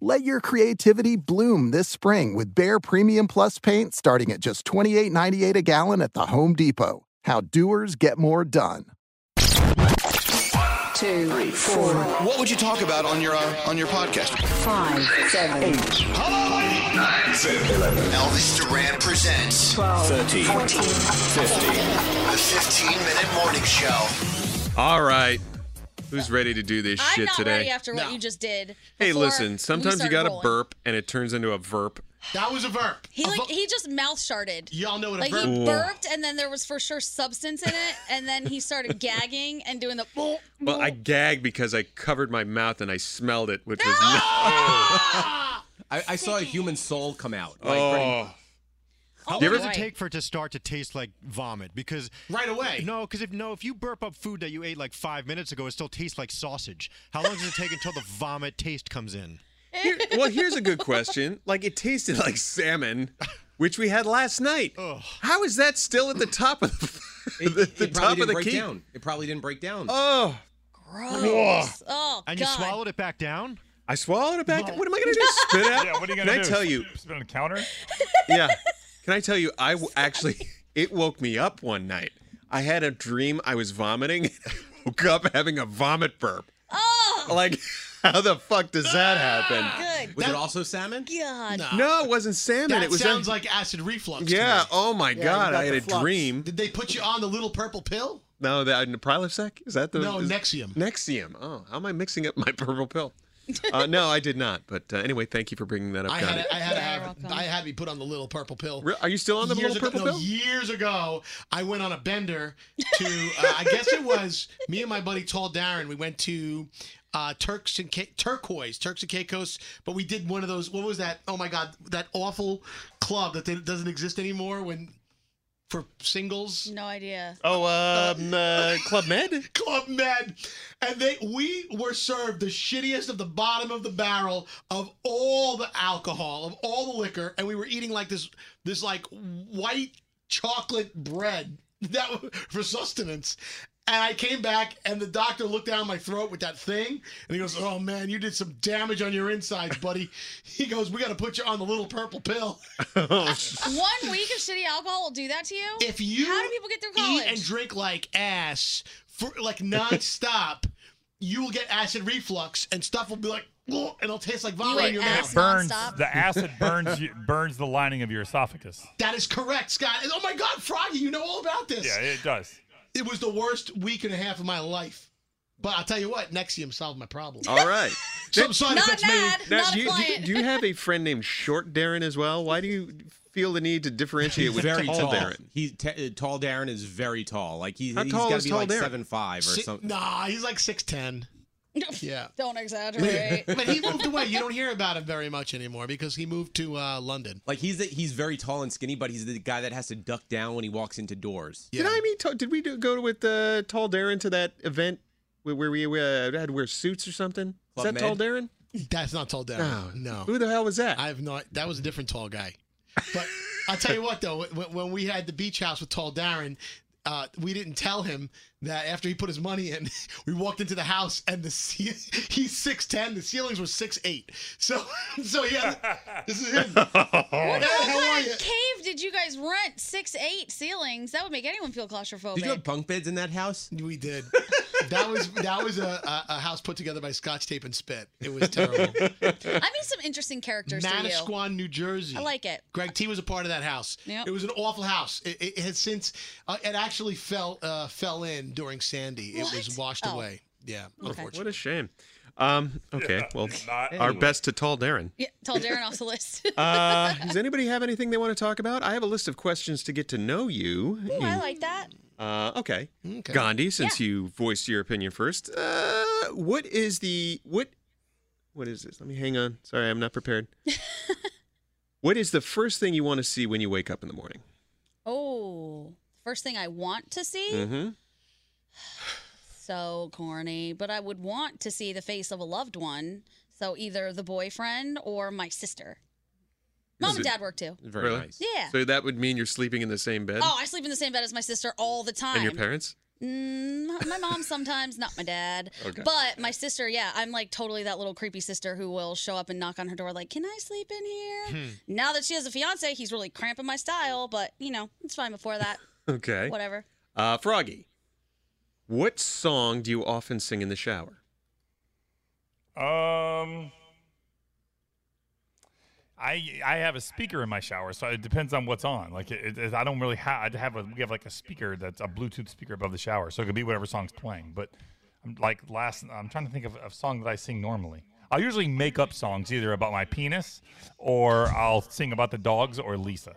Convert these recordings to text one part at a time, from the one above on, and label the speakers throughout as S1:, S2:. S1: Let your creativity bloom this spring with Bare Premium Plus paint starting at just $28.98 a gallon at the Home Depot. How doers get more done.
S2: two, three, four,
S3: What would you talk about on your uh, on your podcast?
S2: five, seven, eight,
S3: Elvis Duran presents
S2: twelve,
S4: 13,
S2: fourteen,
S4: 15.
S3: the 15 minute morning show.
S4: All right. Who's ready to do this
S5: I'm
S4: shit
S5: not
S4: today?
S5: ready after what you just did.
S4: hey,
S5: before we
S4: listen, sometimes you
S5: started
S4: got to
S5: rolling.
S4: burp and it turns into a verp.
S3: That was a verb.
S5: He like he just mouth sharted.
S3: Y'all know what a
S5: Like
S3: verb
S5: he
S4: is.
S5: burped, and then there was for sure substance in it, and then he started gagging and doing the.
S4: Well, I gagged because I covered my mouth and I smelled it, which was
S6: I, I saw a human soul come out. Like,
S4: Oh.
S7: How
S4: You
S7: long
S4: ever-
S7: does it take for it to start to taste like vomit? Because
S3: Right away.
S7: No, because if no, if you burp up food that you ate like five minutes ago, it still tastes like sausage. How long does it take until the vomit taste comes in?
S4: Here- well, here's a good question. Like it tasted like salmon, which we had last night. How is that still at the top of the,
S6: pretty- it,
S4: the,
S6: it
S4: the
S6: probably
S4: top
S6: didn't
S4: of the
S6: break
S4: key?
S6: down. It probably didn't break down.
S4: Oh,
S5: Gross. Oh
S7: And you
S5: God.
S7: swallowed it back down?
S4: I swallowed it back. What am I gonna do? Spit it out?
S8: Yeah, what are you
S4: Can
S8: gonna
S4: I
S8: do?
S4: tell you?
S8: Spit on the counter?
S4: Yeah. Can I tell you? I w- actually, it woke me up one night. I had a dream I was vomiting. woke up having a vomit burp.
S5: Oh Ah,
S4: Like, how the fuck does that happen?
S5: good
S6: was it also salmon?
S5: God.
S4: No, it wasn't salmon.
S3: That
S4: it was
S3: sounds like acid reflux. to
S4: Yeah.
S3: me.
S4: Oh my god!
S8: got
S4: I had
S8: the
S4: a
S8: flux.
S4: dream.
S3: Did they put you on the little purple pill?
S4: No, that Prilosec is that the
S3: No,
S4: is-
S3: Nexium.
S4: Nexium. Oh, how am I mixing up my purple pill? Uh, no, I did not. But uh, anyway, thank you for bringing that up.
S3: I
S4: Connie.
S3: had, I had, to
S5: You're
S3: have,
S5: welcome.
S3: I had to be put on the little purple pill.
S4: Re- Are you still on the
S3: years
S4: little
S3: ago,
S4: purple
S3: no,
S4: pill?
S3: years ago, I went on a bender to. Uh, I guess it was me and my buddy Tall Darren. We went to uh, Turks and Ca- Turquoise, Turks and Caicos. But we did one of those. What was that? Oh my God, that awful club that they, doesn't exist anymore. When for singles?
S5: No idea.
S3: Oh, um, uh, Club Med. Club Med, and they we were served the shittiest of the bottom of the barrel of all the alcohol of all the liquor, and we were eating like this this like white chocolate bread that w- for sustenance. And I came back, and the doctor looked down my throat with that thing, and he goes, "Oh man, you did some damage on your insides, buddy." He goes, "We got to put you on the little purple pill." Oh,
S5: One week of shitty alcohol will do that to you.
S3: If you
S5: how do people get through
S3: eat
S5: college?
S3: and drink like ass for like nonstop, you will get acid reflux and stuff will be like, "Ugh," and it'll taste like vomit in your
S8: And
S3: mouth.
S8: it burns. The acid burns you, burns the lining of your esophagus.
S3: That is correct, Scott. And, oh my God, Froggy, you know all about this.
S8: Yeah, it does.
S3: It was the worst week and a half of my life. But I'll tell you what, Nexium solved my problem.
S4: All right.
S3: Some side Not effects may- mad, not
S4: do, you, do, you,
S3: appliant.
S4: do you have a friend named Short Darren as well? Why do you feel the need to differentiate with Tall Darren?
S6: He's t- uh, tall. Darren is very tall. Like he's,
S4: How
S6: he's
S4: tall
S6: got
S4: is
S6: to be
S4: tall
S6: like
S4: Darren?
S6: seven five or
S3: Si-
S6: something.
S3: Nah, he's like 6'10. yeah.
S5: Don't exaggerate.
S3: But he moved away. You don't hear about him very much anymore because he moved to uh, London.
S6: Like he's the, he's very tall and skinny, but he's the guy that has to duck down when he walks into doors.
S4: Did I meet? Tall- Did we do, go with uh, Tall Darren to that event where, where we uh, had to wear suits or something?
S3: Club
S4: Is that Tall
S3: Med?
S4: Darren?
S3: That's not Tall Darren.
S6: Oh,
S4: No.
S3: No.
S4: Who the hell was that?
S3: I have not. That was a different tall guy. But I'll tell you what, though, when, when we had the beach house with Tall Darren, uh, we didn't tell him that after he put his money in, we walked into the house and the ce- he's six ten, the ceilings were six eight. So, so yeah, this is him.
S5: What
S3: Hey,
S5: kind
S3: how are
S5: of
S3: you?
S5: cave did you guys rent? Six eight ceilings. That would make anyone feel claustrophobic.
S6: Did you have bunk beds in that house?
S3: We did. That was that was a, a, a house put together by Scotch tape and spit. It was terrible.
S5: I mean, some interesting characters to you.
S3: Manasquan, New Jersey.
S5: I like it.
S3: Greg T was a part of that house.
S5: Yep.
S3: It was an awful house. It, it, it had since uh, it actually fell uh, fell in during Sandy. It was washed away. Yeah, unfortunately.
S4: What a shame. Um, okay,
S3: Yeah,
S4: well,
S3: not
S4: our
S3: anyway.
S4: best to Tall Darren.
S5: Yeah, tell Darren off the list.
S4: Uh, does anybody have anything they want to talk about? I have a list of questions to get to know you.
S5: Ooh, I like that.
S4: Uh, okay.
S5: Okay.
S4: Gandhi, since you voiced your opinion first, uh, what is the what? What is this? Let me hang on. Sorry, I'm not prepared. what is the first thing you want to see when you wake up in the morning?
S5: Oh, first thing I want to see.
S4: Mm-hmm.
S5: So corny, but I would want to see the face of a loved one. So either the boyfriend or my sister. Mom
S4: Is
S5: and
S4: it-
S5: dad work too.
S4: Very nice.
S5: Yeah.
S4: So that would mean you're sleeping in the same bed.
S5: Oh, I sleep in the same bed as my sister all the time.
S4: and your parents.
S5: Mm, my mom sometimes, not my dad.
S4: Okay.
S5: But my sister, yeah, I'm like totally that little creepy sister who will show up and knock on her door like, "Can I sleep in here?" Now that she has a fiance, he's really cramping my style, but you know, it's fine before that.
S4: Okay.
S5: Whatever.
S4: Uh, Froggy, what song do you often sing in the shower?
S8: Um, I I have a speaker in my shower, so it depends on what's on. Like it, it, I don't really have. I have a we have like a speaker that's a Bluetooth speaker above the shower, so it could be whatever song's playing. But I'm like last, I'm trying to think of a song that I sing normally. I usually make up songs either about my penis or I'll sing about the dogs or Lisa.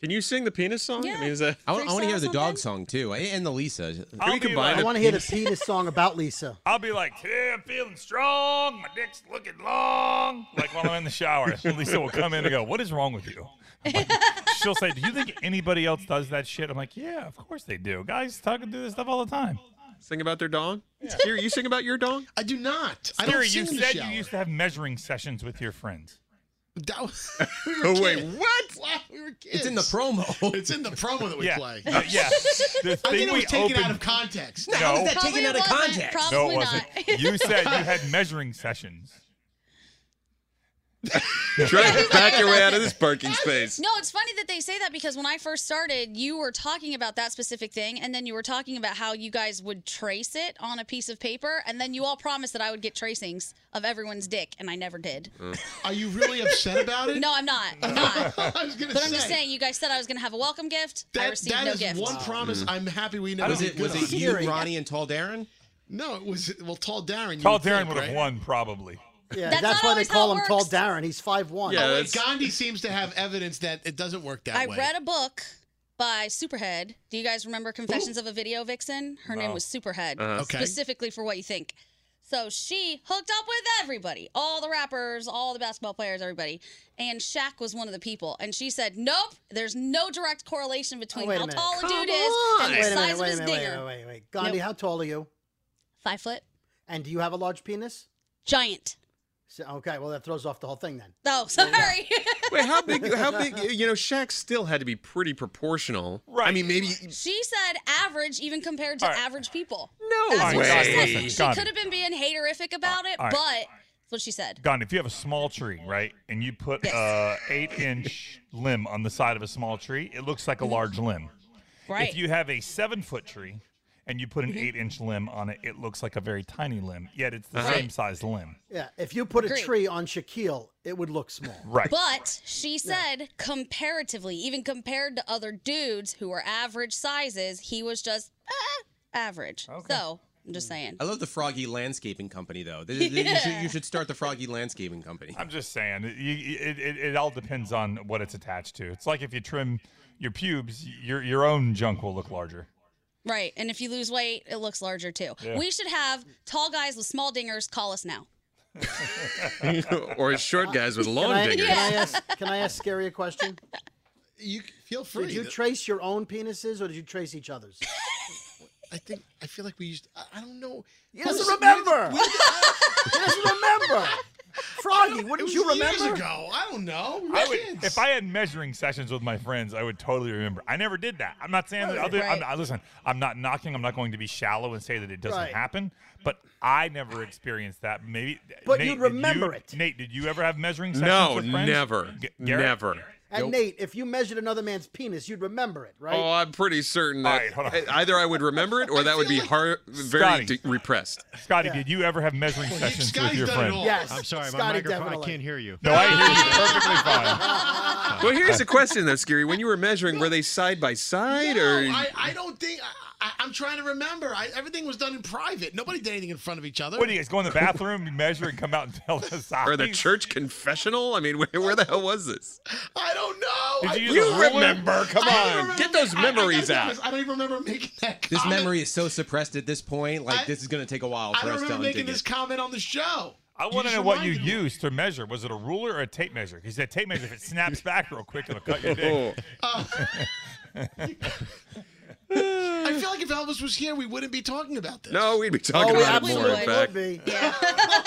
S4: Can you sing the penis song? I mean, is that?
S6: I, want to hear the dog song too, and and the Lisa.
S8: I'll be like-
S9: I want to hear the penis song about Lisa.
S8: I'll be like, today I'm feeling strong, my dick's looking long. Like while I'm in the shower, Lisa will come in and go, what is wrong with you? I'm like- she'll say, do you think anybody else does that shit? I'm like, yeah, of course they do. Guys talk and do this stuff all the time.
S4: Sing about their dong? Siri, you sing about your dong?
S3: I do not. I don't
S8: Siri,
S3: sing in
S8: you
S3: the
S8: said
S3: shower.
S8: you used to have measuring sessions with your friends.
S3: That was,
S8: Oh,
S4: wait,
S3: what? We were kids.
S6: promo.
S3: It's in the promo that we
S8: Yeah.
S3: play.
S8: Uh, yeah. The
S3: I
S8: thing
S3: think it
S8: we
S3: was taken
S8: opened-
S3: out of context.
S8: No, No. how is that
S5: taken out of Probably wasn't. context?
S8: no, it
S5: Probably
S8: wasn't.
S5: not.
S8: you said you had measuring sessions.
S4: Try to back your way out of this parking space.
S5: No, it's funny that they say that because when I first started, you were talking about that specific thing, and then you were talking about how you guys would trace it on a piece of paper, and then you all promised that I would get tracings of everyone's dick, and I never did.
S3: Are you really upset about it?
S5: No, I'm not. I'm not.
S3: I was gonna
S5: but
S3: say,
S5: I'm just saying, you guys said I was going to have a welcome gift. I
S3: that,
S5: received
S3: that
S5: no
S3: is
S5: gift.
S3: one
S8: Mm.
S3: promise I'm happy we never
S6: Was
S3: did
S6: it
S3: good
S6: was it
S3: on.
S6: you, Ronnie, and Tall Darren?
S3: No, it was well, Tall Darren. you
S8: Tall
S3: would
S8: Darren
S3: think,
S8: would have
S3: right?
S8: won, probably.
S9: Yeah,
S3: That's
S9: that's,
S3: not
S9: why they
S3: always
S9: call
S3: how it
S9: him Tall Darren. He's five one.
S3: oh, wait, Gandhi seems to have evidence that it doesn't work that
S5: I
S3: way.
S5: read a book by Superhead. Do you guys remember Confessions of a Video Vixen? Her name
S3: No.
S5: was Superhead,
S3: Uh-huh. Okay.
S5: specifically for what you think. So she hooked up with everybody, all the rappers, all the basketball players, everybody. And Shaq was one of the people. And she said, Nope, there's no direct correlation between
S9: Oh, wait a
S5: how
S9: minute.
S5: tall a
S9: Come
S5: dude is and the
S9: wait a
S5: size
S9: minute,
S5: of
S9: wait a
S5: his
S9: minute, wait,
S5: dinger.
S9: wait, wait, wait. Gandhi,
S5: Nope.
S9: how tall are you?
S5: Five foot.
S9: And do you have a large penis?
S5: Giant.
S9: So, okay, well that throws off the whole thing then.
S5: Oh, sorry.
S4: Wait, how big? How big? You know, Shaq still had to be pretty proportional. Right. I mean, maybe.
S5: She said average, even compared to
S4: All right.
S5: average people.
S4: No
S5: That's
S4: way.
S5: what she said.
S4: Listen,
S5: She
S8: Gandhi.
S5: could have been being haterific about it,
S8: all right.
S5: but that's what she said.
S8: Gone. If you have a small tree, right, and you put
S5: Yes.
S8: a eight-inch limb on the side of a small tree, it looks like a large limb.
S5: Mm-hmm. Right. Mm-hmm.
S8: If you have a seven-foot tree and you put an eight-inch limb on it, it looks like a very tiny limb. Yet it's the
S9: Uh-huh.
S8: same size limb.
S9: Yeah. If you put
S5: Agreed.
S9: a tree on Shaquille, it would look small.
S8: Right.
S5: But she said, comparatively, even compared to other dudes who were average sizes, he was just eh, average. So I'm
S8: Hmm.
S5: just saying.
S6: I love the Froggy Landscaping Company, though. Th- th- You, should,
S5: Yeah.
S6: you should start the Froggy Landscaping Company.
S8: I'm just saying, it, you- it, it, it all depends on what it's attached to. It's like if you trim your pubes, your your own junk will look larger.
S5: Right. And if you lose weight, it looks larger too.
S8: Yeah.
S5: We should have tall guys with small dingers call us now.
S4: or short guys with long
S9: can, I,
S4: dingers.
S9: can I ask can I ask Scary a question?
S3: You feel
S9: Did
S3: free
S9: you
S3: to-
S9: trace your own penises or did you trace each other's?
S3: I think I feel like we used. I, I don't know.
S9: He doesn't
S3: Listen, we-
S9: remember.
S3: we-
S9: he doesn't remember. Froggy,
S3: it
S9: wouldn't
S3: was
S9: you
S3: years
S9: remember?
S3: ago. I don't know. We were
S8: I would,
S3: kids.
S8: if I had measuring sessions with my friends, I would totally remember. I never did that. I'm not saying that
S3: Right.
S8: other. I'm,
S3: Right.
S8: I, listen, I'm not knocking. I'm not going to be shallow and say that it doesn't
S9: Right.
S8: happen. But I never experienced that. Maybe.
S9: But
S8: Nate,
S9: you'd
S8: did
S9: remember
S8: you, it. Nate, did you ever have measuring sessions
S4: No,
S8: with friends?
S4: never,
S8: G- Garrett?
S4: never.
S9: And Nate, if you measured another man's penis, you'd remember it, right?
S4: Oh, I'm pretty certain that
S8: All right, hold on.
S4: either I would remember it or that would be hard,
S8: Scotty.
S4: very de- repressed.
S8: Scotty, did you ever have measuring sessions with your friends?
S9: Yes.
S7: I'm sorry, my
S9: Scotty
S7: microphone.
S9: definitely.
S7: I can't hear you.
S8: No, I hear you perfectly fine.
S4: Well, here's the question though, Scary. When you were measuring, were they side by side or?
S3: No, I, I don't think. I, I, I'm trying to remember. I, everything was done in private. Nobody did anything in front of each other.
S8: What do you guys go in the bathroom, you measure, and come out and tell us?
S4: Or the church confessional? I mean, where, where the hell was this?
S3: I don't know. I,
S8: Did you use a
S4: You
S8: ruler?
S4: remember? Come
S3: I don't
S4: on,
S3: remember
S4: get those
S3: making- I- I gotta
S4: memories
S3: be
S4: out.
S3: honest, I don't even remember making that.
S6: This
S3: comment.
S6: memory is so suppressed at this point. Like, this is going to take a while
S3: I
S6: for
S3: don't
S6: us to
S3: remember making
S6: undig
S3: this
S6: it.
S3: comment on the show.
S8: I
S3: You
S8: want to
S3: just
S8: know what you
S3: reminded me.
S8: used to measure. Was it a ruler or a tape measure? Because that tape measure, if it snaps back real quick, it'll cut your dick.
S4: Oh.
S3: I feel like if Elvis was here, we wouldn't be talking about this.
S4: No, we'd be talking
S9: Oh, we
S4: about it more.
S9: absolutely
S4: In fact,
S9: would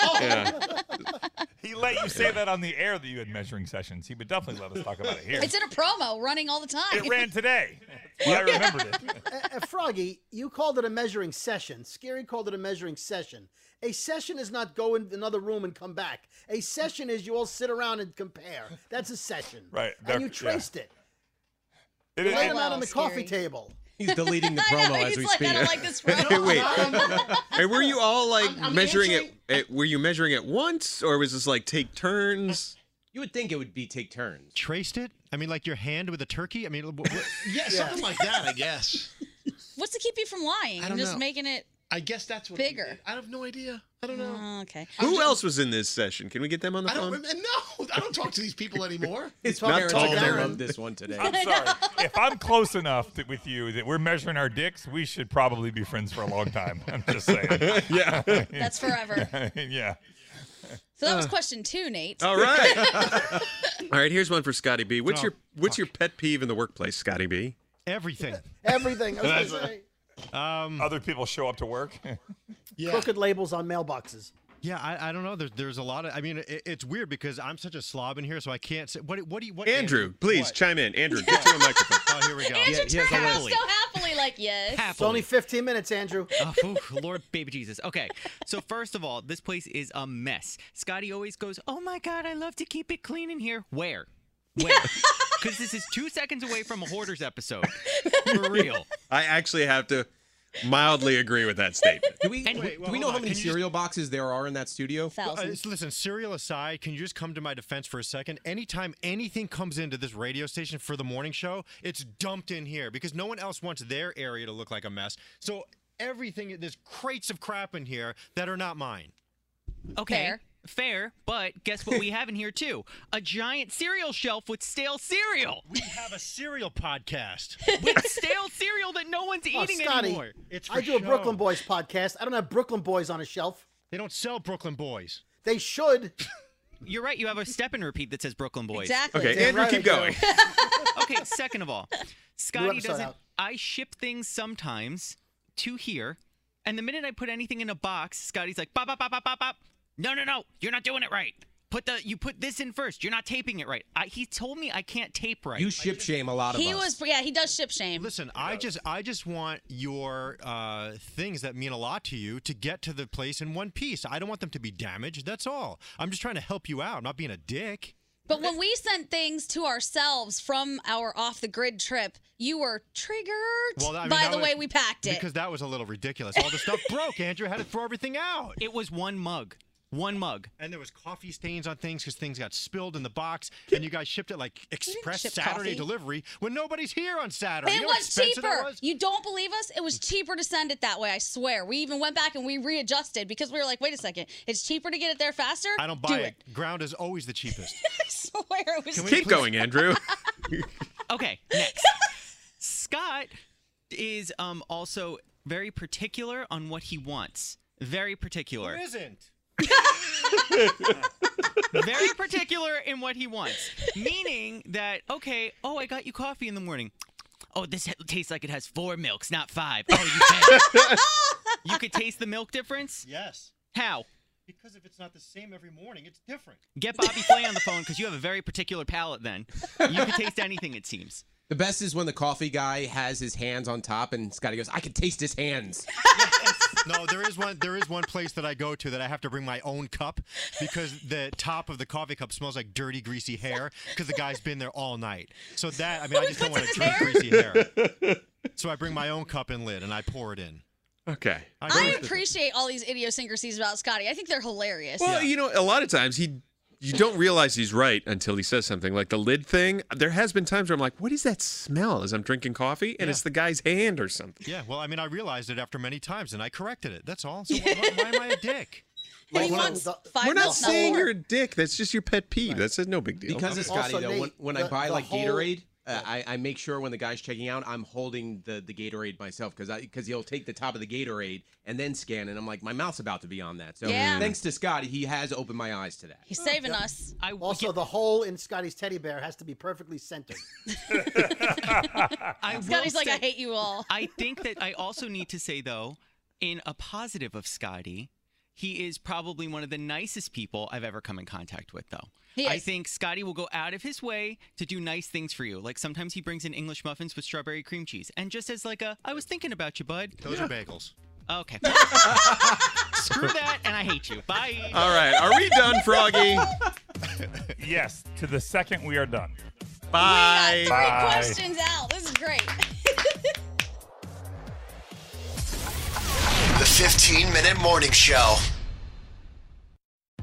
S8: Oh,
S9: be.
S3: Oh,
S4: yeah.
S8: He let you say that on the air that you had measuring sessions. He would definitely let us talk about it here.
S5: It's in a promo running all the time.
S8: it ran today. That's why I
S6: Oh,
S8: remembered it.
S9: Uh, Froggy, you called it a measuring session. Scary called it a measuring session. A session is not go in another room and come back. A session is you all sit around and compare. That's a session.
S8: Right,
S9: And
S8: that-
S9: you traced it.
S8: It-
S9: You
S8: it-
S9: laid them out on
S5: Wow,
S9: the
S5: Scary.
S9: coffee table.
S6: He's deleting the
S5: I know,
S6: promo as
S5: he's
S6: we
S5: like,
S6: speak.
S5: I don't like this promo.
S4: Hey, wait. Hey, were you all like
S3: I'm
S4: measuring it,
S3: answering-
S4: it? Were you measuring it once, or was this like take turns?
S6: You would think it would be take turns.
S7: Traced it? I mean, like your hand with a turkey? I mean, wh- wh-
S3: Yeah, something like that. I guess.
S5: What's to keep you from lying?
S3: I
S5: I'm
S3: don't
S5: just
S3: know.
S5: making it
S3: I guess that's what.
S5: Bigger.
S3: we did. I have no idea. I don't know.
S5: Oh, okay.
S4: Who else was in this session? Can we get them on the
S3: I don't. Rem-
S4: phone?
S3: no, I don't talk to these people anymore.
S6: His
S4: not
S6: parents
S4: tall,
S6: are gonna
S4: Darren.
S6: love this one today.
S8: I'm sorry. If I'm close enough to, with you that we're measuring our dicks, we should probably be friends for a long time. I'm just saying.
S4: Yeah.
S5: That's forever.
S8: yeah.
S5: So
S3: Uh.
S5: that was question two, Nate.
S4: All right. All right. Here's one for Scotty B.
S3: Oh,
S4: What's your What's your pet peeve in the workplace, Scotty B?
S7: everything.
S9: Everything. I was
S7: That's
S9: gonna say.
S7: Um,
S8: Other people show up to work.
S3: Yeah.
S9: Crooked labels on mailboxes.
S7: yeah, I, I don't know. There's there's a lot of. I mean, it, it's weird because I'm such a slob in here, so I can't say. What what do you? What,
S4: Andrew, please
S7: What?
S4: chime in. Andrew, get to a microphone.
S7: Oh, here we go.
S5: Andrew
S10: yes,
S5: turned around
S10: happily.
S5: so happily, like, yes.
S9: It's only 15 minutes, Andrew.
S10: oh, phew, Lord, baby Jesus. Okay, so first of all, this place is a mess. Scotty always goes, "Oh my God, I love to keep it clean in here." Where? Where? Because this is two seconds away from a hoarders episode, for real.
S4: I actually have to mildly agree with that statement.
S6: Do we,
S10: And-
S6: do
S10: Wait,
S6: we
S7: hold
S6: know
S7: on.
S6: how many
S7: Can you just-
S6: cereal boxes there are in that studio?
S7: Well, uh, just listen, cereal aside, can you just come to my defense for a second? Anytime anything comes into this radio station for the morning show, it's dumped in here because no one else wants their area to look like a mess. So everything, there's crates of crap in here that are not mine.
S10: Okay.
S5: Fair.
S10: Fair, but guess what we have in here too? A giant cereal shelf with stale cereal.
S7: We have a cereal podcast.
S10: With stale cereal that no one's
S9: Oh,
S10: eating
S9: Scotty,
S10: anymore.
S7: It's for
S9: I do a
S7: show.
S9: Brooklyn Boys podcast. I don't have Brooklyn Boys on a shelf.
S7: They don't sell Brooklyn Boys.
S9: They should.
S10: You're right. You have a step and repeat that says Brooklyn Boys.
S5: Exactly.
S7: Okay, Damn Andrew, right keep I
S10: okay, second of all, Scotty
S9: episode
S10: doesn't.
S9: out.
S10: I ship things sometimes to here, and the minute I put anything in a box, Scotty's like, bop, bop, bop, bop, bop, bop. No, no, no. You're not doing it right. Put the you put this in first. You're not taping it right. I, he told me I can't tape right.
S6: You ship shame a lot of
S5: He
S6: us.
S5: was, yeah, he does ship shame.
S7: Listen, I just I just want your uh, things that mean a lot to you to get to the place in one piece. I don't want them to be damaged. That's all. I'm just trying to help you out. I'm not being a dick.
S5: But when we sent things to ourselves from our off the grid trip, you were triggered
S7: Well, I mean,
S5: by
S7: that
S5: the
S7: was-
S5: way we packed it.
S7: because that was a little ridiculous. All the stuff broke. Andrew had to throw everything out.
S10: It was one mug. One mug.
S7: And there was coffee stains on things because things got spilled in the box, and you guys shipped it like express
S5: ship
S7: Saturday
S5: coffee.
S7: delivery when nobody's here on Saturday.
S5: It
S7: You know how
S5: was
S7: expensive that
S5: cheaper.
S7: was?
S5: You don't believe us? It was cheaper to send it that way, I swear. We even went back and we readjusted because we were like, wait a second, it's cheaper to get it there faster?
S7: I don't buy
S5: Do
S7: it. Ground is always the cheapest.
S5: I swear it was
S7: Can we
S5: cheaper.
S7: Keep going,
S4: Andrew.
S10: Okay, next. Scott is um also very particular on what he wants. Very particular.
S7: Who isn't?
S10: very particular in what he wants. Meaning that, okay, oh, I got you coffee in the morning. Oh, this ha- tastes like it has four milks, not five. Oh, you can. you could taste the milk difference?
S7: Yes.
S10: How?
S7: Because if it's not the same every morning, it's different.
S10: Get Bobby Flay on the phone because you have a very particular palate then. You could taste anything, it seems.
S6: The best is when the coffee guy has his hands on top and Scotty goes, I can taste his hands.
S7: No, there is one. There is one place that I go to that I have to bring my own cup because the top of the coffee cup smells like dirty, greasy hair because the guy's been there all night. So that I mean, I just don't want to drink greasy hair. So I bring my own cup and lid and I pour it in.
S4: Okay.
S5: I appreciate all these idiosyncrasies about Scotty. I think they're hilarious.
S4: Well, you know, a lot of times he you don't realize he's right until he says something like the lid thing. There has been times where I'm like, what is that smell as I'm drinking coffee and it's the guy's hand or something.
S7: Yeah. Well, I mean, I realized it after many times and I corrected it. That's all. So why, why am I a dick?
S5: And he
S7: Like,
S5: wants
S7: well,
S5: five
S4: We're not
S5: minutes, not
S4: saying
S5: more.
S4: you're a dick. That's just your pet peeve. That's no big deal.
S6: Because of Scotty, though, when, when I buy like
S4: whole-
S6: Gatorade, uh, I, I make sure when the guy's checking out, I'm holding the, the Gatorade myself because because he'll take the top of the Gatorade and then scan, and I'm like, my mouth's about to be on that. So
S5: Yeah.
S6: thanks to Scotty, he has opened my eyes to that.
S5: He's saving us.
S10: I
S9: also, the hole in Scotty's teddy bear has to be perfectly centered.
S10: I will
S5: Scotty's like,
S10: say-
S5: I hate you all.
S10: I think that I also need to say though, in a positive of Scotty, he is probably one of the nicest people I've ever come in contact with though.
S5: He
S10: I
S5: is.
S10: think Scotty will go out of his way to do nice things for you. Like sometimes he brings in English muffins with strawberry cream cheese. And just as like a I was thinking about you, bud.
S7: Those are bagels.
S10: Okay. Screw that and I hate you. Bye.
S4: All right. Are we done, Froggy?
S8: yes, to the second we are done.
S4: Bye.
S5: Three questions out. This is great.
S11: The 15 Minute Morning Show.